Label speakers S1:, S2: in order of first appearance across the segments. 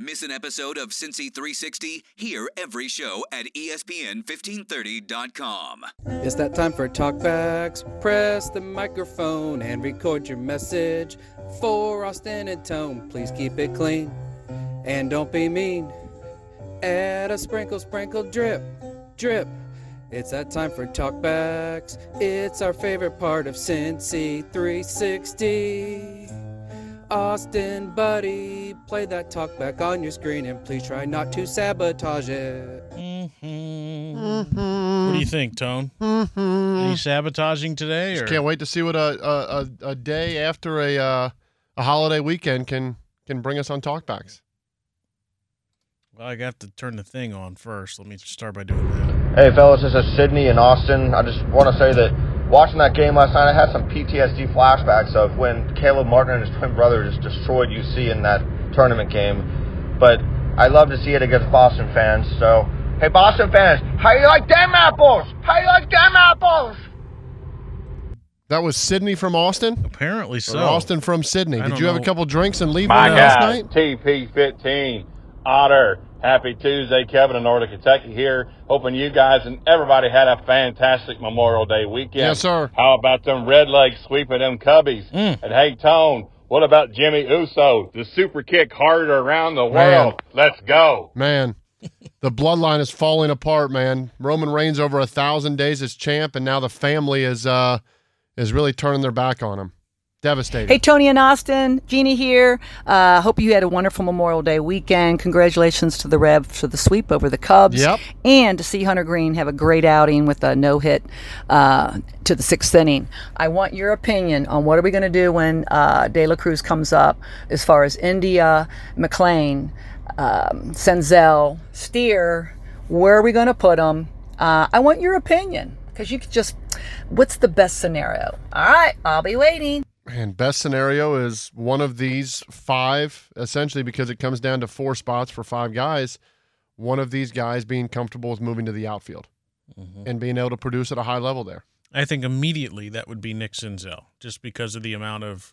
S1: Miss an episode of Cincy 360? Hear every show at E ESPN1530.com.
S2: It's that time for talkbacks. Press the microphone and record your message for Austin and Tone. Please keep it clean and don't be mean. Add a sprinkle, sprinkle, drip, drip. It's that time for talkbacks. It's our favorite part of Cincy 360. Austin, buddy, play that talkback on your screen and please try not to sabotage it.
S3: What do you think, Tone? Any sabotaging today? Or?
S4: Just can't wait to see what a a, a, a day after a uh, a holiday weekend can can bring us on talkbacks.
S3: Well, I got to turn the thing on first. Let me start by doing that.
S5: Hey, fellas, this is Sydney in Austin. I just want to say that watching that game last night, I had some PTSD flashbacks of when Caleb Martin and his twin brother just destroyed UC in that tournament game. But I love to see it against Boston fans. So, hey, Boston fans, how you like them apples? How you like them apples?
S4: That was Sydney from Austin.
S3: Apparently so.
S4: Or Austin from Sydney.
S3: I
S4: Did
S3: don't
S4: you have a
S3: know.
S4: couple drinks and leave
S6: My
S4: on last
S6: guys,
S4: night?
S6: TP15, Otter, happy Tuesday, Kevin in Northern Kentucky here. Hoping you guys and everybody had a fantastic Memorial Day weekend.
S4: Yes, sir.
S6: How about them red legs sweeping them cubbies? And hey, Tone, what about Jimmy Uso, the super kick harder around the
S4: Man.
S6: world? Let's go.
S4: Man, the bloodline is falling apart, man. Roman Reigns over a thousand days as champ, and now the family is uh is really turning their back on him. Devastated.
S7: Hey, Tony and Austin, Jeannie here. Uh, hope you had a wonderful Memorial Day weekend. Congratulations to the Revs for the sweep over the Cubs.
S4: Yep.
S7: And to see Hunter Green have a great outing with a no hit uh, to the sixth inning. I want your opinion on what are we going to do when uh, De La Cruz comes up as far as India, McLean, um, Senzel, Steer. Where are we going to put them? Uh, I want your opinion because you could just, what's the best scenario? All right, I'll be waiting.
S4: And best scenario is one of these five, essentially, because it comes down to four spots for five guys. One of these guys being comfortable with moving to the outfield
S3: Mm-hmm.
S4: and being able to produce at a high level there.
S3: I think immediately that would be Nick Senzel, just because of the amount of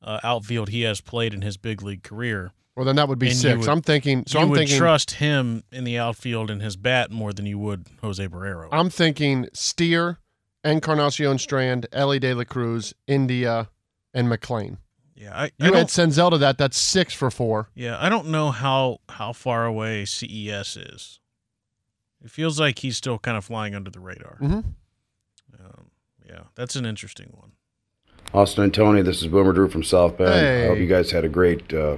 S3: uh, outfield he has played in his big league career.
S4: Well, then that would be
S3: And you
S4: six.
S3: would-
S4: I'm thinking. So
S3: you
S4: I'm
S3: would
S4: thinking.
S3: trust him in the outfield and his bat more than you would Jose Barrero.
S4: I'm thinking Steer, Encarnacion Strand, Ellie De La Cruz, India, and McLean.
S3: yeah, I, I
S4: You add
S3: don't.
S4: Senzel to that. That's six for four.
S3: Yeah, I don't know how how far away CES is. It feels like he's still kind of flying under the radar.
S4: Mm-hmm.
S3: Um, yeah, that's an interesting one.
S8: Austin and Tony, this is Boomer Drew from South Bend.
S4: Hey.
S8: I hope you guys had a great uh,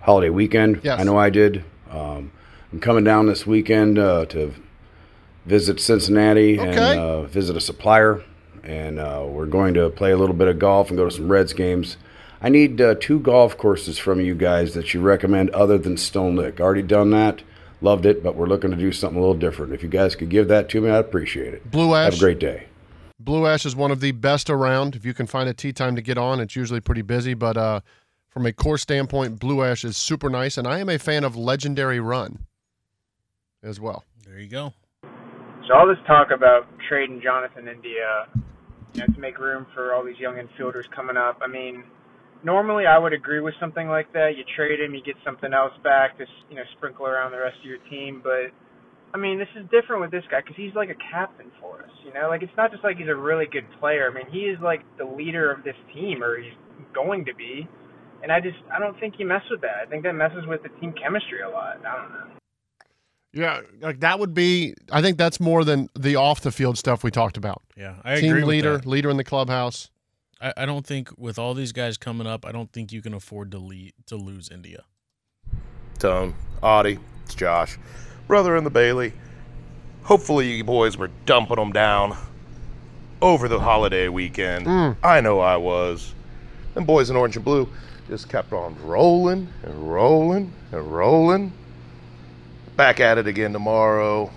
S8: holiday weekend.
S4: Yes.
S8: I know I did. Um, I'm coming down this weekend uh, to visit Cincinnati and
S4: Okay.
S8: uh, visit a supplier, and uh, we're going to play a little bit of golf and go to some Reds games. I need uh, two golf courses from you guys that you recommend other than Stone Lick. Already done that, loved it, but we're looking to do something a little different. If you guys could give that to me, I'd appreciate it.
S4: Blue
S8: Have
S4: Ash.
S8: a great day.
S4: Blue Ash is one of the best around. If you can find a tea time to get on, it's usually pretty busy. But uh, from a course standpoint, Blue Ash is super nice, and I am a fan of Legendary Run as well.
S3: There you go.
S9: So all this talk about trading Jonathan India you know, to make room for all these young infielders coming up. I mean, normally I would agree with something like that. You trade him, you get something else back to you know sprinkle around the rest of your team. But I mean, this is different with this guy because he's like a captain for us. You know, like it's not just like he's a really good player. I mean, he is like the leader of this team, or he's going to be. And I just I don't think you mess with that. I think that messes with the team chemistry a lot. I don't know.
S4: Yeah, like that would be. I think that's more than the off the field stuff we talked about.
S3: Yeah, I
S4: Team
S3: agree.
S4: leader,
S3: With that.
S4: leader in the clubhouse.
S3: I, I don't think with all these guys coming up, I don't think you can afford to lead, to lose India.
S10: Tone, Audie, it's Josh, brother in the Bailey. Hopefully, you boys were dumping them down over the holiday weekend. I know I was. Them boys in orange and blue
S5: just kept on rolling and rolling and rolling. Back at it again tomorrow.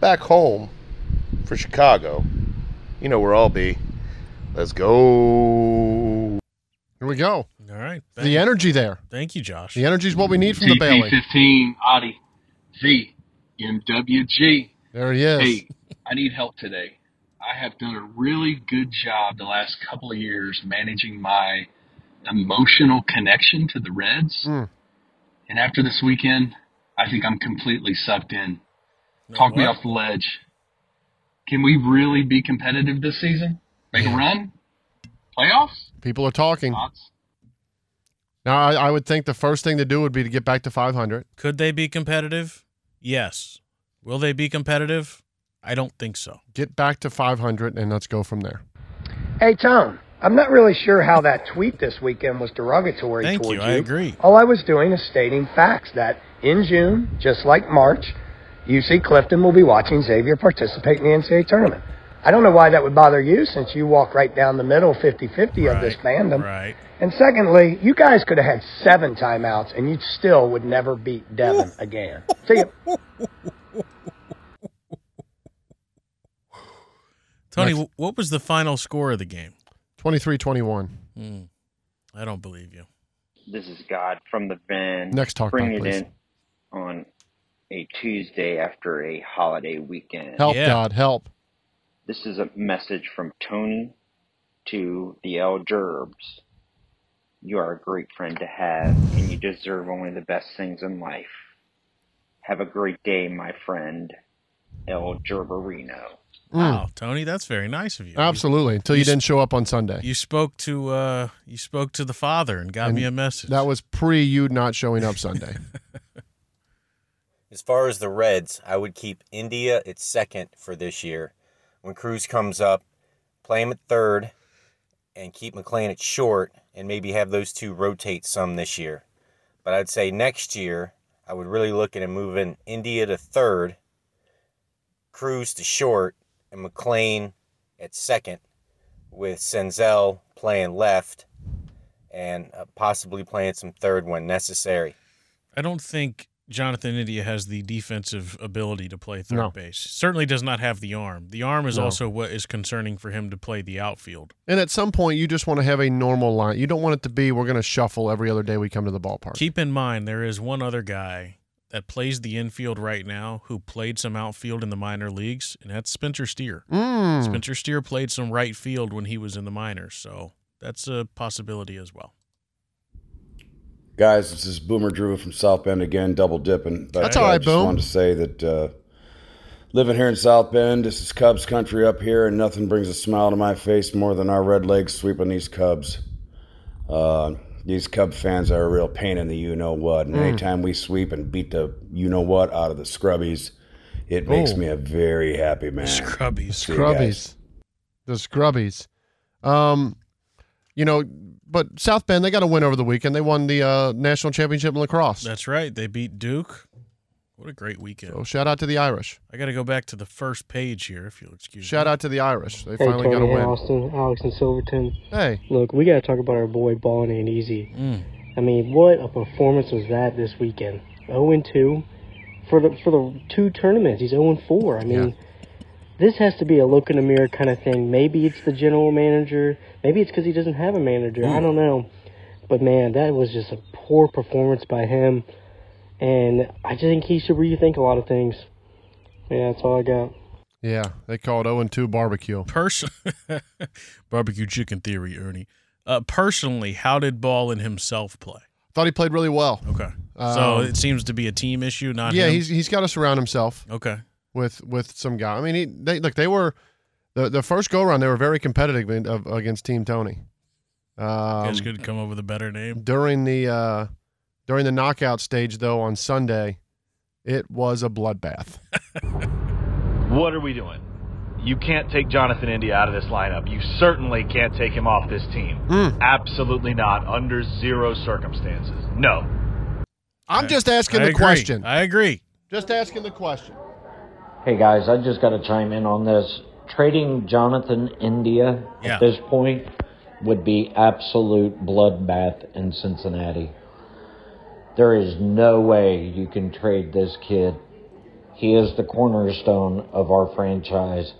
S5: Back home for Chicago. You know where I'll be. Let's go.
S4: Here we go.
S3: All right.
S4: The energy there.
S3: Thank you, Josh.
S4: The energy is what we need from the Bailey.
S9: fifteen Audi V MWG.
S4: There he is.
S9: Hey, I need help today. I have done a really good job the last couple of years managing my emotional connection to the Reds. And after this weekend, I think I'm completely sucked in. Talk me
S11: what?
S9: off the ledge. Can we really be competitive this season? Make a run? Playoffs?
S4: People are talking. Now, I, I would think the first thing to do would be to get back to 500.
S3: Could they be competitive? Yes. Will they be competitive? I don't think so.
S4: Get back to 500 and let's go from there.
S12: Hey, Tom, I'm not really sure how that tweet this weekend was derogatory
S3: Thank
S12: toward
S3: you,
S12: you.
S3: I agree.
S12: All I was doing is stating facts that in June, just like March, UC Clifton will be watching Xavier participate in the NCAA tournament. I don't know why that would bother you since you walk right down the middle 50 50 of this fandom.
S3: Right.
S12: And secondly, you guys could have had seven timeouts and you still would never beat Devon again. See ya.
S3: Tony, wh- what was the final score of the game?
S4: 23 21.
S3: Hmm. I don't believe you.
S13: This is God from the van.
S4: Next talk
S13: Bring
S4: back,
S13: it
S4: please.
S13: in on a Tuesday after a holiday weekend.
S4: Help, God, help.
S13: This is a message from Tony to the L Gerbs. You are a great friend to have, and you deserve only the best things in life. Have a great day, my friend, El Gerberino.
S3: Wow, Tony, that's very nice of you.
S4: Hmm. Absolutely. Until you,
S3: you s-
S4: didn't show up on Sunday.
S3: You spoke to uh you spoke to the father and got
S4: And
S3: me a message.
S4: That was pre you not showing up Sunday.
S14: As far as the Reds, I would keep India at second for this year. When Cruz comes up, play him at third and keep McLean at short and maybe have those two rotate some this year. But I'd say next year, I would really look at him moving India to third, Cruz to short, and McLean at second, with Senzel playing left and uh, possibly playing some third when necessary.
S3: I don't think Jonathan India has the defensive ability to play third
S4: No.
S3: base. Certainly does not have the arm. The arm is
S4: No.
S3: also what is concerning for him to play the outfield.
S4: and at some point, you just want to have a normal line. You don't want it to be, we're going to shuffle every other day we come to the ballpark.
S3: Keep in mind there is one other guy that plays the infield right now who played some outfield in the minor leagues, and that's Spencer Steer.
S4: Mm.
S3: Spencer Steer played some right field when he was in the minors, so that's a possibility as well.
S8: Guys, this is Boomer Drew from South Bend again, double dipping. But
S4: That's all
S8: I
S4: right,
S8: just
S4: Boom.
S8: wanted to say that uh, living here in South Bend, this is Cubs country up here, and nothing brings a smile to my face more than our red legs sweeping these Cubs. Uh, these Cub fans are a real pain in the you know what, and
S9: Hmm.
S15: Mm.
S8: anytime we sweep and beat the you know what out of the scrubbies, it makes
S4: Ooh.
S8: me a very happy
S4: Oh.
S8: man. Scrubbies,
S4: Scrubbies. The Scrubbies. Um, you know, but South Bend, they got a win over the weekend. They won the uh, national championship in lacrosse.
S3: That's right. They beat Duke. What a great weekend.
S4: So shout out to the Irish.
S3: I got to go back to the first page here, if you'll excuse
S4: Shout
S3: me.
S4: out to the Irish. They
S16: Hey,
S4: finally
S16: Tony,
S4: got a
S16: hey,
S4: win.
S16: Austin, Alex, and Silverton.
S4: Hey.
S16: Look, we got to talk about our boy Ballin' Ain't Easy. I mean, what a performance was that this weekend? 0 2 for the for the two tournaments. He's 0 4. I mean, this has to be a look in the mirror kind of thing. Maybe it's the general manager. Maybe it's because he doesn't have a manager. I
S17: Hmm.
S16: don't know. But man, that was just a poor performance by him. And I just think he should rethink a lot of things. Yeah, that's all I got.
S4: Yeah, they called 0 2 barbecue.
S3: Person- Barbecue chicken theory, Ernie. Uh, personally, how did Ball and himself play?
S4: Thought he played really well.
S3: Okay. so
S4: Um,
S3: it seems to be a team issue, not
S4: yeah,
S3: Uh, him.
S4: he's he's got to surround himself.
S3: Okay.
S4: With with some guy. I mean, he, they look. They were the the first go around. They were very competitive in, of, against Team Tony. Um,
S3: Guys could come up with a better name.
S4: during the uh, during the knockout stage though on Sunday, it was a bloodbath.
S18: What are we doing? You can't take Jonathan India out of this lineup. You certainly can't take him off this team.
S5: Hmm.
S18: Absolutely not, under zero circumstances. No.
S4: I'm just asking
S18: I
S4: the
S18: agree.
S4: question.
S3: I agree.
S4: Just asking the question.
S17: Hey guys, I just got to chime in on this. Trading Jonathan India
S3: Yeah.
S17: at this point
S19: would be absolute bloodbath in Cincinnati. There is no way you can trade this kid. He is the cornerstone of our franchise.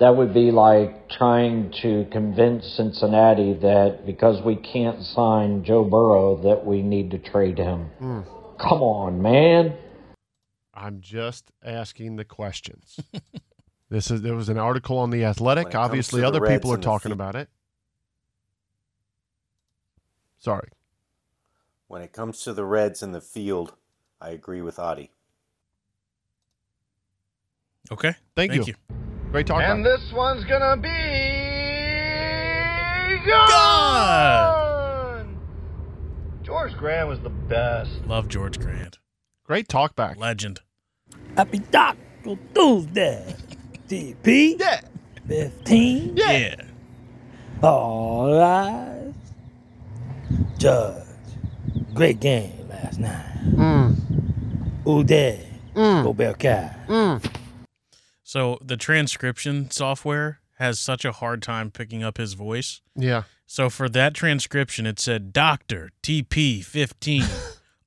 S19: That would be like trying to convince Cincinnati that because we can't sign Joe Burrow that we need to trade him.
S4: Mm.
S19: Come on, man.
S4: I'm just asking the questions. this is there was an article on the Athletic.
S20: When it comes
S4: Obviously,
S20: to the
S4: other
S20: Reds
S4: people are
S20: and the
S4: talking
S20: fe-
S4: about it. Sorry.
S21: When it comes to the Reds in the field, I agree with Adi.
S3: Okay.
S4: Thank,
S21: Thank
S4: you. Great talk.
S20: And
S4: Bob.
S20: this one's gonna be
S3: gone.
S20: George Graham was the best.
S3: Love George Grant.
S4: Great talk back.
S3: Legend.
S22: Happy Taco Tuesday. TP.
S4: Yeah.
S22: 15.
S3: Yeah.
S22: All right. Judge. Great game last night.
S4: Mm.
S22: Uday. Go Bearcat.
S3: So the transcription software has such a hard time picking up his voice.
S4: Yeah.
S3: So for that transcription, it said Doctor TP fifteen.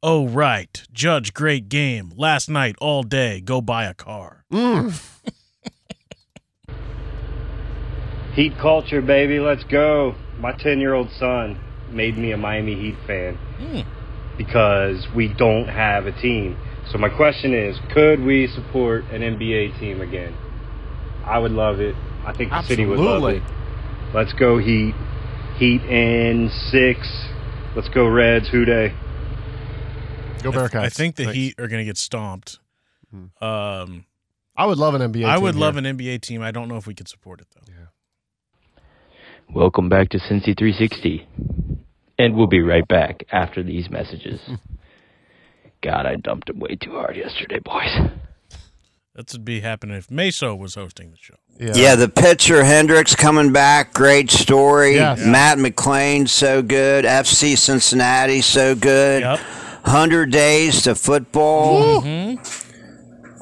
S3: oh right, Judge, great game last night, all day. Go buy a car.
S23: Heat culture, baby. Let's go. My 10 year old son made me a Miami Heat fan because we don't have a team. So, my question is could we support an NBA team again? I would love it. I think the city would love
S4: Absolutely.
S23: it. Let's go, Heat. Heat and six. Let's go, Reds. Who day?
S4: Go
S3: I, th-
S4: Bearcats.
S3: I think the Heat are going to get stomped. Um,
S4: I would love an NBA.
S3: I
S4: team
S3: would
S4: here.
S3: love an NBA team. I don't know if we could support it though.
S24: Welcome back to Cincy 360. And we'll be right back after these messages. God, I dumped him way too hard yesterday, boys.
S3: That would be happening if Meso was hosting the show.
S5: Yeah. the pitcher Hendricks coming back, great story.
S3: Yes.
S5: Matt McClain, so good. FC Cincinnati, so good. Hundred days to football. Mm-hmm.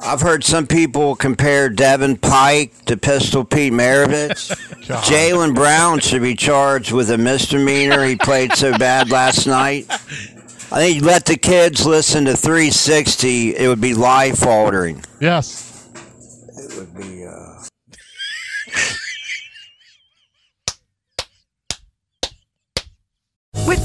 S5: I've heard some people compare Devin Pike to Pistol Pete Maravich.
S25: God.
S5: Jalen Brown should be charged with a misdemeanor. He played so bad last night. I think let the kids listen to 360. It would be life altering.
S4: Yes.
S5: It would be. Uh...
S7: With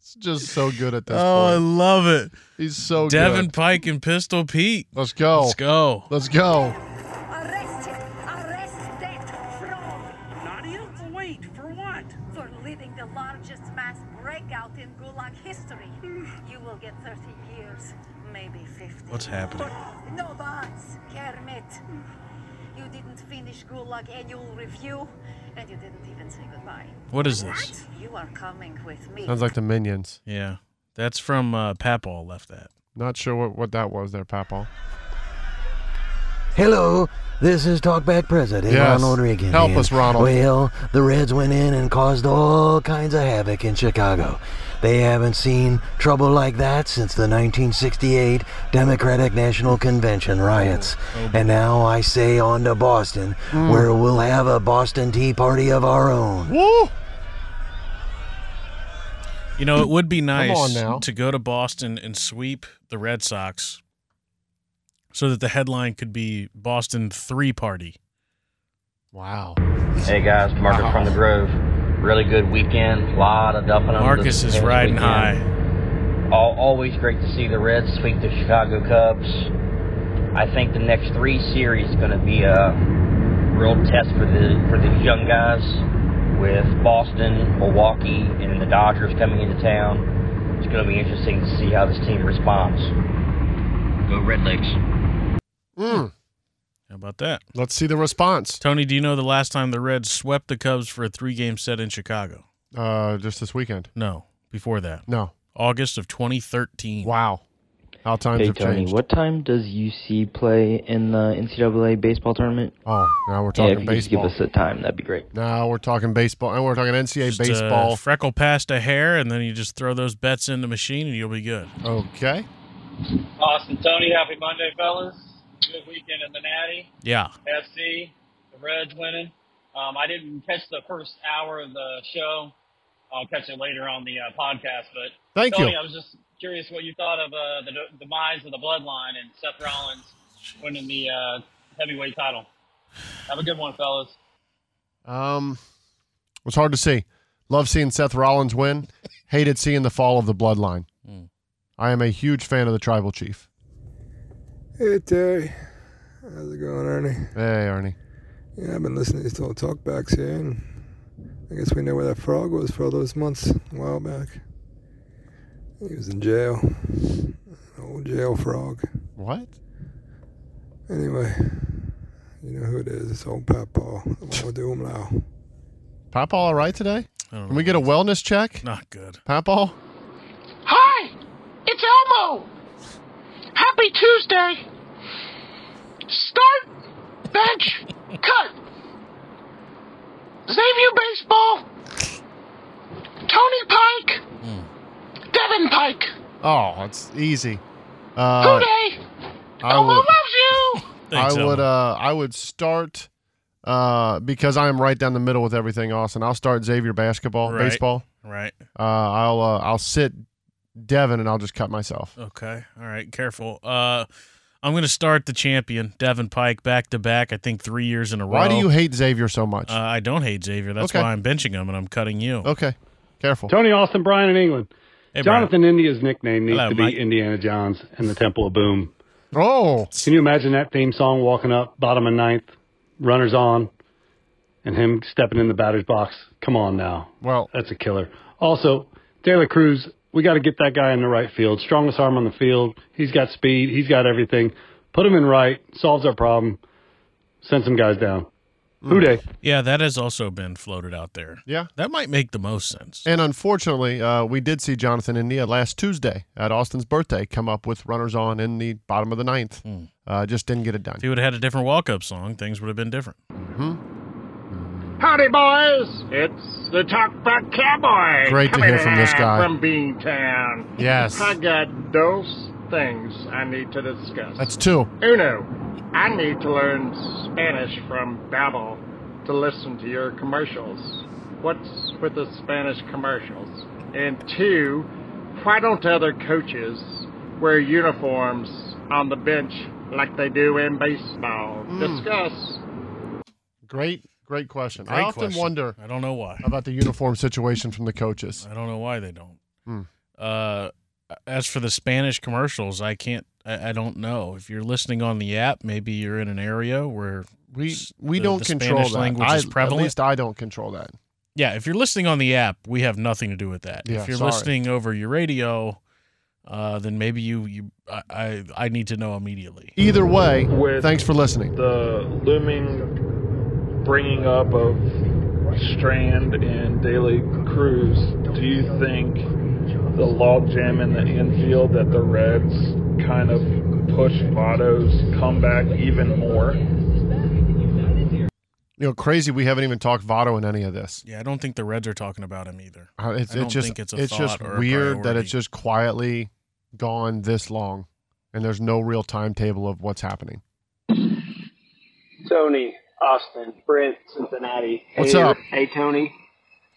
S4: He's just so good at this.
S3: Oh, I
S4: point.
S3: love it.
S4: He's so
S3: Devin
S4: good. Oh.
S3: Pike and Pistol Pete.
S4: Let's go.
S3: Let's go.
S4: Let's go.
S26: Wait, for what? For leading the largest mass breakout in Gulag history.
S24: Mm.
S26: You will get 30 years, maybe 50.
S3: What's happening?
S26: No buts, Kermit. You didn't finish Gulag annual review, and you didn't even say goodbye.
S3: What is this?
S26: You are coming with me.
S4: Sounds like the Minions.
S3: Yeah, that's from uh, Papal left that.
S4: Not sure what, what that was there, Papal.
S9: Hello, this is Talkback President
S4: Yes.
S9: Ronald Reagan.
S4: Help
S9: and,
S4: us, Ronald.
S9: Well, the Reds went in and caused all kinds of havoc in Chicago. They haven't seen trouble like that since the 1968 Democratic National Convention riots.
S8: Oh,
S9: and now I say on to Boston,
S26: Mm.
S9: where we'll have a Boston Tea Party of our own.
S3: You know, it would be
S4: on
S3: nice
S4: now.
S3: to go to Boston and sweep the Red Sox, so that the headline could be Boston Three Party.
S4: Wow.
S27: Hey guys, Marcus from the Grove. Really good weekend. Lot of dumping.
S3: Marcus is riding
S27: All, always great to see the Reds sweep the Chicago Cubs. I think the next three series is going to be a real test for the for the young guys with Boston, Milwaukee, and the Dodgers coming into town. It's going to be interesting to see how this team responds. Go Red Legs.
S4: Mm.
S3: How about that?
S4: Let's see the response.
S3: Tony, do you know the last time the Reds swept the Cubs for a three game set in Chicago?
S4: Uh, just this weekend.
S3: No, before that.
S4: No.
S3: August of 2013.
S4: Wow. How times
S1: Hey
S4: have
S1: Tony,
S4: changed.
S1: what time does UC play in the NCAA baseball tournament?
S4: Oh, now we're
S1: yeah, if
S4: talking
S1: you could just
S4: baseball.
S1: give us a time, that'd be great.
S4: Now we're talking baseball, and we're talking NCAA
S3: Just, uh,
S4: baseball.
S3: freckle past a hair, and then you just throw those bets in the machine, and you'll be good.
S4: Okay.
S2: Austin, Tony, happy Monday, fellas. Good weekend in the Natty.
S3: Yeah.
S2: FC, the Reds winning. Um, I didn't catch the first hour of the show. I'll catch it later on the uh, podcast. But
S4: Thank
S2: Tony,
S4: you.
S2: I was just curious what you thought of uh, the de- demise of the Bloodline and Seth Rollins winning the uh, heavyweight title. Have a good one, fellas.
S4: Um, it was hard to see. Love seeing Seth Rollins win. Hated seeing the fall of the bloodline.
S3: Hmm.
S28: Mm.
S4: I am a huge fan of the tribal chief.
S28: Hey Terry, how's it going, Ernie?
S4: Hey, Ernie.
S28: Yeah, I've been listening to these little talkbacks here, and I guess we know where that frog was for all those months a while back. He was in jail. Old jail frog.
S4: What?
S28: Anyway, you know who it is? It's old Pat Paul. The one with the umlau.
S4: Papa, all right today?
S3: Can
S4: we get a wellness check?
S3: Not good.
S4: Papa?
S6: Hi, it's Elmo. Happy Tuesday. Start, bench, cut. Xavier Baseball, Tony Pike, Devin Pike.
S4: Oh, it's easy.
S6: Who
S4: Uh,
S6: day?
S4: I
S6: Elmo
S4: would,
S6: loves you.
S3: Thanks,
S4: I would,
S3: Elmo.
S4: uh, I would start uh, because I am right down the middle with everything, Austin. I'll start Xavier basketball,
S3: Right.
S4: baseball.
S3: Right.
S4: Uh, I'll, uh, I'll sit Devin, and I'll just cut myself.
S3: Okay. All right. Careful. Uh, I'm going to start the champion, Devin Pike, back to back. I think three years in a row.
S4: Why do you hate Xavier so much?
S3: Uh, I don't hate Xavier. That's
S4: Okay.
S3: why I'm benching him and I'm cutting you.
S4: Okay. Careful.
S29: Tony Austin, Brian in England.
S3: Hey,
S29: Jonathan India's nickname needs
S3: Hello,
S29: to be
S3: Mike.
S29: Indiana Jones and the Temple of Boom.
S4: Oh.
S29: Can you imagine that theme song walking up, bottom of ninth, runners on, and him stepping in the batter's box? Come on now.
S4: Well,
S29: that's a killer. Also, De La Cruz, we got to get that guy in the right field. Strongest arm on the field. He's got speed. He's got everything. Put him in right. Solves our problem. Send some guys down. Who day?
S3: Yeah, that has also been floated out there.
S4: Yeah.
S3: That might make the most sense.
S4: And unfortunately, uh, we did see Jonathan India last Tuesday at Austin's birthday come up with runners on in the bottom of the ninth.
S3: Hmm.
S4: Uh, just didn't get it done.
S3: If he would have had a different walk up song, things would have been different.
S30: Howdy, boys! It's the Talkback Cowboy.
S3: Great to
S30: coming
S3: hear from this
S30: in
S3: guy.
S30: From Beantown.
S4: Yes.
S30: I got those things I need to discuss.
S4: That's two.
S30: Uno, I need to learn Spanish from Babel to listen to your commercials. What's with the Spanish commercials? And two, why don't other coaches wear uniforms on the bench like they do in baseball?
S4: Mm.
S30: Discuss.
S4: Great, great question. I
S3: Great
S4: often
S3: question.
S4: wonder
S3: I don't know why.
S4: about the uniform situation from the coaches.
S3: I don't know why they don't.
S4: Hmm.
S3: Uh, as for the Spanish commercials, I can't. I, I don't know. If you're listening on the app, maybe you're in an area where
S4: We
S3: s-
S4: we
S3: the-
S4: don't
S3: the
S4: control
S3: Spanish
S4: that.
S3: language
S4: I,
S3: is prevalent.
S4: At least I don't control that.
S3: yeah, if you're listening on the app, we have nothing to do with that.
S4: Yeah,
S3: if you're
S4: sorry.
S3: listening over your radio, uh, then maybe you you I I, I need to know immediately.
S4: Either way, thanks for listening.
S9: the looming bringing up of Strand and Daily Cruz, do you think the logjam in the infield that the Reds kind of pushed Votto's comeback even more?
S4: You know, crazy. We haven't even talked Votto in any of this.
S3: Yeah, I don't think the Reds are talking about him either.
S4: Uh, It's,
S3: I don't
S4: it's just
S3: think it's
S4: it's,
S3: a thought
S4: just
S3: or a
S4: weird that
S3: priority.
S4: it's just quietly gone this long, and there's no real timetable of what's happening.
S9: Tony, Austin, Brent, Cincinnati.
S4: What's
S9: hey,
S4: up?
S9: Hey, Tony.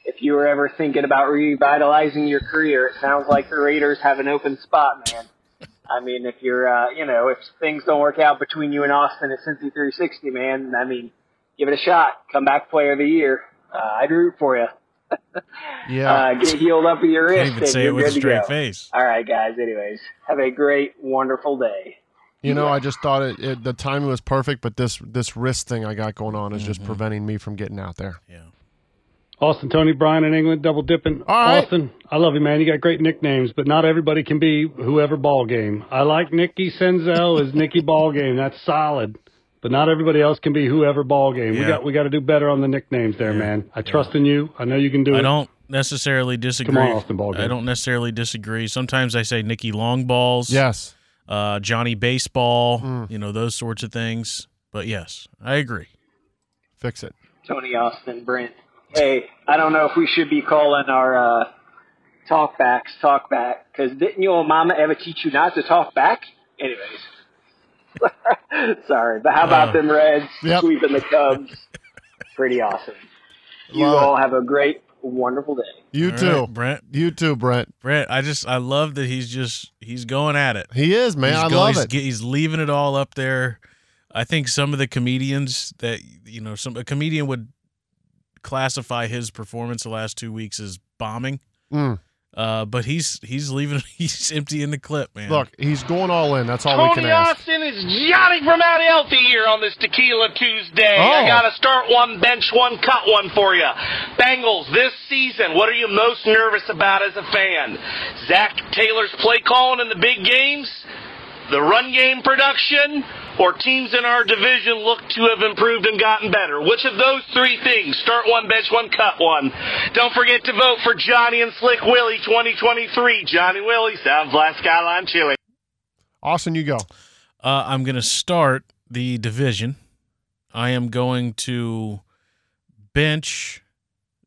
S9: If you were ever thinking about revitalizing your career, it sounds like the Raiders have an open spot, man. I mean, if you're, uh, you know, if things don't work out between you and Austin at Cincy 360, man, I mean, give it a shot. Come back player of the year. Uh, I'd root for you.
S4: Yeah.
S9: Uh, get healed up of your
S3: Can't
S9: wrist.
S3: even
S9: and
S3: say it
S9: you're
S3: with a
S9: good to
S3: straight
S9: go.
S3: face.
S9: All right, guys. Anyways, have a great, wonderful day.
S4: You know, I just thought it, it the timing was perfect, but this this wrist thing I got going on is
S3: Mm-hmm.
S4: just preventing me from getting out there.
S29: Austin, Tony, Brian in England, double dipping.
S4: right.
S29: Austin, I love you, man. You got great nicknames, but not everybody can be whoever ball game. I like Nikki Senzel is Nikki ball game. That's solid. But not everybody else can be whoever ball game. We
S3: Yeah.
S29: got we got to do better on the nicknames there, man. I trust in you. I know you can do it.
S3: I don't necessarily disagree.
S29: Austin Ballgame.
S3: I don't necessarily disagree. Sometimes I say Nicky Long Balls.
S29: Yes.
S3: Uh, Johnny Baseball.
S4: Mm.
S3: You know those sorts of things. But yes, I agree.
S4: Fix it.
S9: Tony Austin, Brent. Hey, I don't know if we should be calling our uh, talkbacks talkback because didn't your mama ever teach you not to talk back? Anyways, sorry, but how about
S6: Uh,
S9: them Reds
S6: yep.
S9: sweeping the Cubs? Pretty awesome. You
S3: Love it.
S9: all have a great, wonderful day.
S4: You
S3: All
S4: too,
S3: right, Brent.
S4: You too, Brent.
S3: Brent, I just I love that he's just he's going at it.
S4: He is, man.
S3: He's
S4: I love
S3: he's,
S4: it.
S3: ge- He's leaving it all up there. I think some of the comedians that you know, some a comedian would classify his performance the last two weeks as bombing.
S4: Mm.
S3: Uh, but he's he's leaving he's emptying the clip, man.
S4: Look, he's going all in. That's all we
S6: Tony
S4: can ask.
S6: Austin is yachting from out healthy here on this Tequila Tuesday. I
S4: Oh.
S6: got to start one, bench one, cut one for you. Bengals, this season, what are you most nervous about as a fan? Zach Taylor's play calling in the big games, the run game production, or teams in our division look to have improved and gotten better? Which of those three things? Start one, bench one, cut one. Don't forget to vote for Johnny and Slick Willie 2023. Johnny Willie, South Blast Skyline Chili.
S4: Austin, you go.
S3: Uh, I'm going to start the division. I am going to bench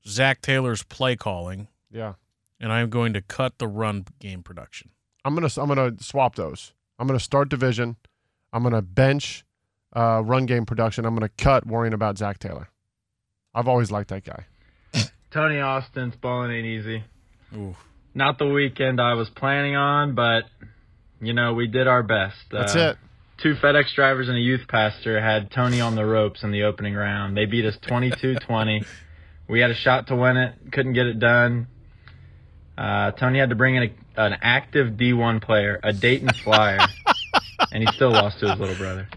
S3: Zach Taylor's play calling,
S4: Yeah.
S3: and I am going to cut the run game production.
S4: I'm gonna I'm gonna swap those. I'm gonna start division. I'm gonna bench uh, run game production. I'm gonna cut worrying about Zach Taylor. I've always liked that guy.
S8: Tony Austin's bowling ain't easy. Not the weekend I was planning on, but you know we did our best.
S4: That's
S3: Uh,
S4: it.
S8: Two FedEx drivers and a youth pastor had Tony on the ropes in the opening round. They beat us 22-20. we had a shot to win it, couldn't get it done. Uh, Tony had to bring in a, an active D1 player, a Dayton Flyer, and he still lost to his little brother.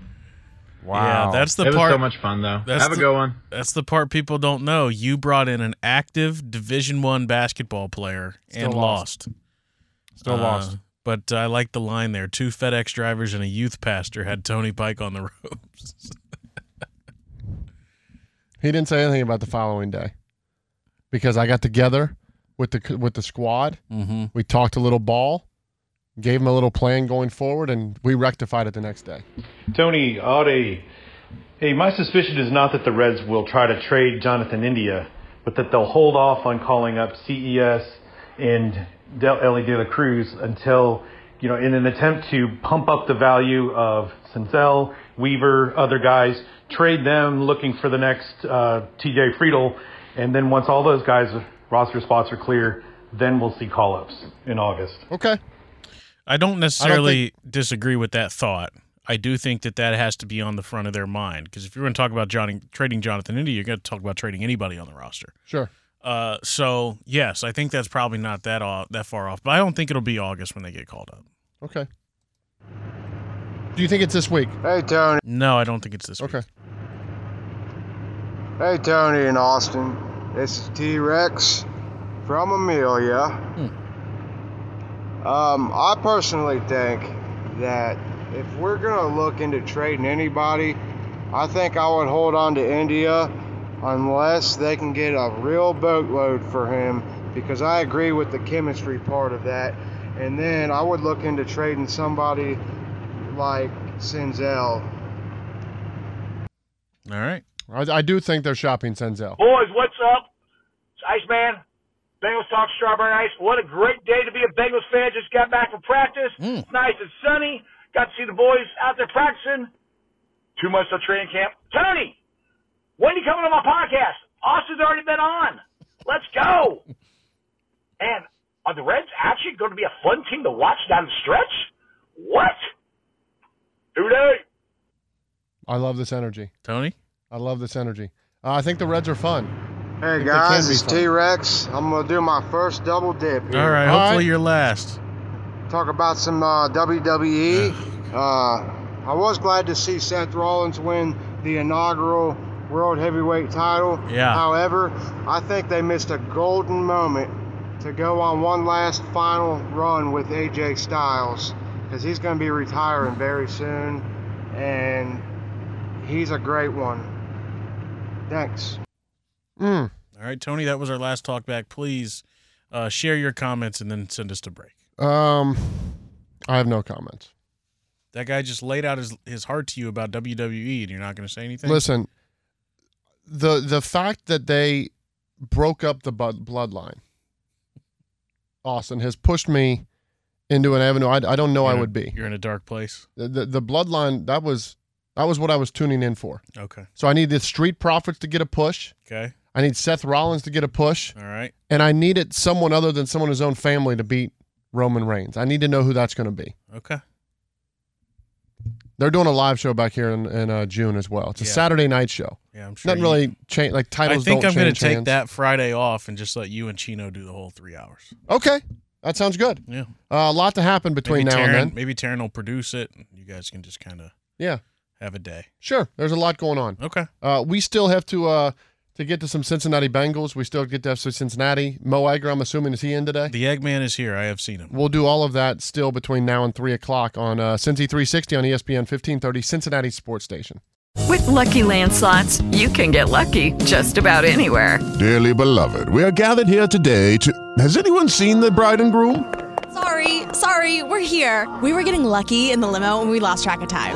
S3: Yeah, that's the
S8: it
S3: part.
S8: was so much fun though.
S3: That's
S8: Have a
S3: the-
S8: good one.
S3: That's the part people don't know. You brought in an active Division One basketball player
S4: Still
S3: and
S4: lost.
S3: lost. Uh,
S4: Still lost.
S3: But I like the line there. Two FedEx drivers and a youth pastor had Tony Pike on the ropes.
S4: He didn't say anything about the following day because I got together with the with the squad.
S3: Mhm.
S4: We talked a little ball, gave him a little plan going forward, and we rectified it the next day.
S5: Tony Audi. Hey, my suspicion is not that the Reds will try to trade Jonathan India, but that they'll hold off on calling up CES and Del- Ellie De La Cruz until, you know, in an attempt to pump up the value of Senzel, Weaver, other guys, trade them looking for the next uh, TJ Friedel, and then once all those guys' roster spots are clear, then we'll see call ups in August.
S4: Okay.
S3: I don't necessarily disagree with that thought. I do think that that has to be on the front of their mind because if you're going to talk about Johnny, trading Jonathan Indy, you're going to talk about trading anybody on the roster.
S4: Sure.
S3: Uh, so yes, I think that's probably not that off, that far off, but I don't think it'll be August when they get called up.
S4: Okay. Do you think it's this week?
S12: Hey, Tony.
S3: No, I don't think it's this
S4: okay.
S12: Hey, Tony and Austin. It's T Rex from Amelia.
S4: Hmm.
S12: Um, I personally think that if we're going to look into trading anybody, I think I would hold on to India unless they can get a real boatload for him because I agree with the chemistry part of that. And then I would look into trading somebody like Senzel.
S3: All right.
S4: I, I do think they're shopping Senzel.
S12: Oh.
S13: Boys, what's up? It's Iceman. Bengals talk strawberry ice. What a great day to be a Bengals fan. Just got back from practice. It's nice and sunny. Got to see the boys out there practicing. Two months till training camp. Tony, when are you coming on my podcast? Austin's already been on. Let's go. And are the Reds actually going to be a fun team to watch down the stretch? What? Who knows?
S4: I love this energy.
S3: Tony?
S4: I love this energy. Uh, I think the Reds are fun.
S12: Hey
S4: If they can
S12: guys,
S4: be
S12: it's
S4: fun.
S12: T Rex. I'm gonna do my first double dip here.
S3: All right. hopefully you're last.
S12: Talk about some uh, WWE. uh, I was glad to see Seth Rollins win the inaugural World Heavyweight title.
S6: Yeah.
S12: However, I think they missed a golden moment to go on one last final run with AJ Styles because he's going to be retiring very soon, and He's a great one. Thanks.
S3: All right, Tony, that was our last talk back. Please uh, share your comments and then send us to break.
S4: Um, I have no comments.
S3: That guy just laid out his, his heart to you about WWE, and you're not going to say anything?
S4: Listen, the the fact that they broke up the bud- bloodline, Austin has pushed me into an avenue I, I don't know I
S3: You're in a-
S4: would be.
S3: You're in a dark place.
S4: The, the the bloodline that was that was what I was tuning in for.
S3: Okay.
S4: So I need the Street Profits to get a push.
S3: Okay.
S4: I need Seth Rollins to get a push.
S3: All right.
S4: And I needed someone other than someone in his own family to beat Roman Reigns. I need to know who that's going to be.
S3: Okay.
S4: They're doing a live show back here in, in uh, June as well. It's a
S3: Yeah.
S4: Saturday night show.
S3: Yeah, I'm sure
S4: Nothing
S3: you-
S4: really change. Like titles.
S3: I think
S4: don't
S3: I'm gonna
S4: change
S3: take
S4: hands.
S3: that Friday off and just let you and Chino do the whole three hours.
S4: Okay, that sounds good.
S3: Yeah.
S4: Uh, a lot to happen between
S3: maybe
S4: now
S3: Taryn,
S4: and then.
S3: Maybe Taryn will produce it. And you guys can just kind of
S4: Yeah.
S3: have a day.
S4: Sure, there's a lot going on.
S3: Okay.
S4: Uh, we still have to uh, to get to some Cincinnati Bengals. We still get to have some Cincinnati. Mo Iger, I'm assuming, is he in today?
S3: The Eggman is here. I have seen him.
S4: We'll do all of that still between now and three o'clock on uh, Cincy 360 on ESPN 1530 Cincinnati Sports Station.
S7: With Lucky Land slots, you can get lucky just about anywhere.
S31: Dearly beloved, we are gathered here today to. Has anyone seen the bride and groom?
S32: Sorry, sorry, we're here. We were getting lucky in the limo and we lost track of time.